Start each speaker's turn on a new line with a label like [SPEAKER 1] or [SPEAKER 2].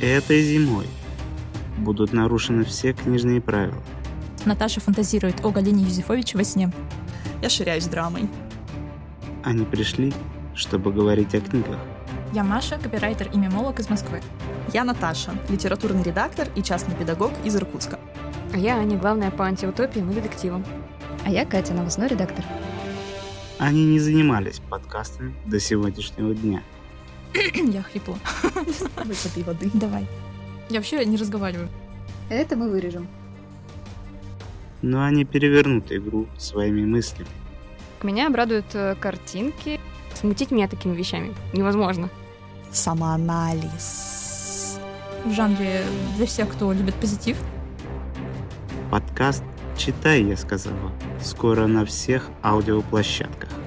[SPEAKER 1] Этой зимой будут нарушены все книжные правила.
[SPEAKER 2] Наташа фантазирует о Галине Юзефович во сне.
[SPEAKER 3] Я ширяюсь драмой.
[SPEAKER 1] Они пришли, чтобы говорить о книгах.
[SPEAKER 2] Я Маша, копирайтер и мемолог из Москвы.
[SPEAKER 3] Я Наташа, литературный редактор и частный педагог из Иркутска.
[SPEAKER 4] А я Аня, главная по антиутопиям и детективам.
[SPEAKER 5] А я Катя, новостной редактор.
[SPEAKER 1] Они не занимались подкастами до сегодняшнего дня.
[SPEAKER 2] Я хрипла.
[SPEAKER 3] Высоты воды.
[SPEAKER 2] Давай. Я вообще не разговариваю.
[SPEAKER 5] Это мы вырежем.
[SPEAKER 1] Но они перевернут игру своими мыслями.
[SPEAKER 4] Меня обрадуют э, картинки. Смутить меня такими вещами невозможно.
[SPEAKER 3] Самоанализ.
[SPEAKER 2] В жанре для всех, кто любит позитив.
[SPEAKER 1] Подкаст «Читай», я сказала, скоро на всех аудиоплощадках.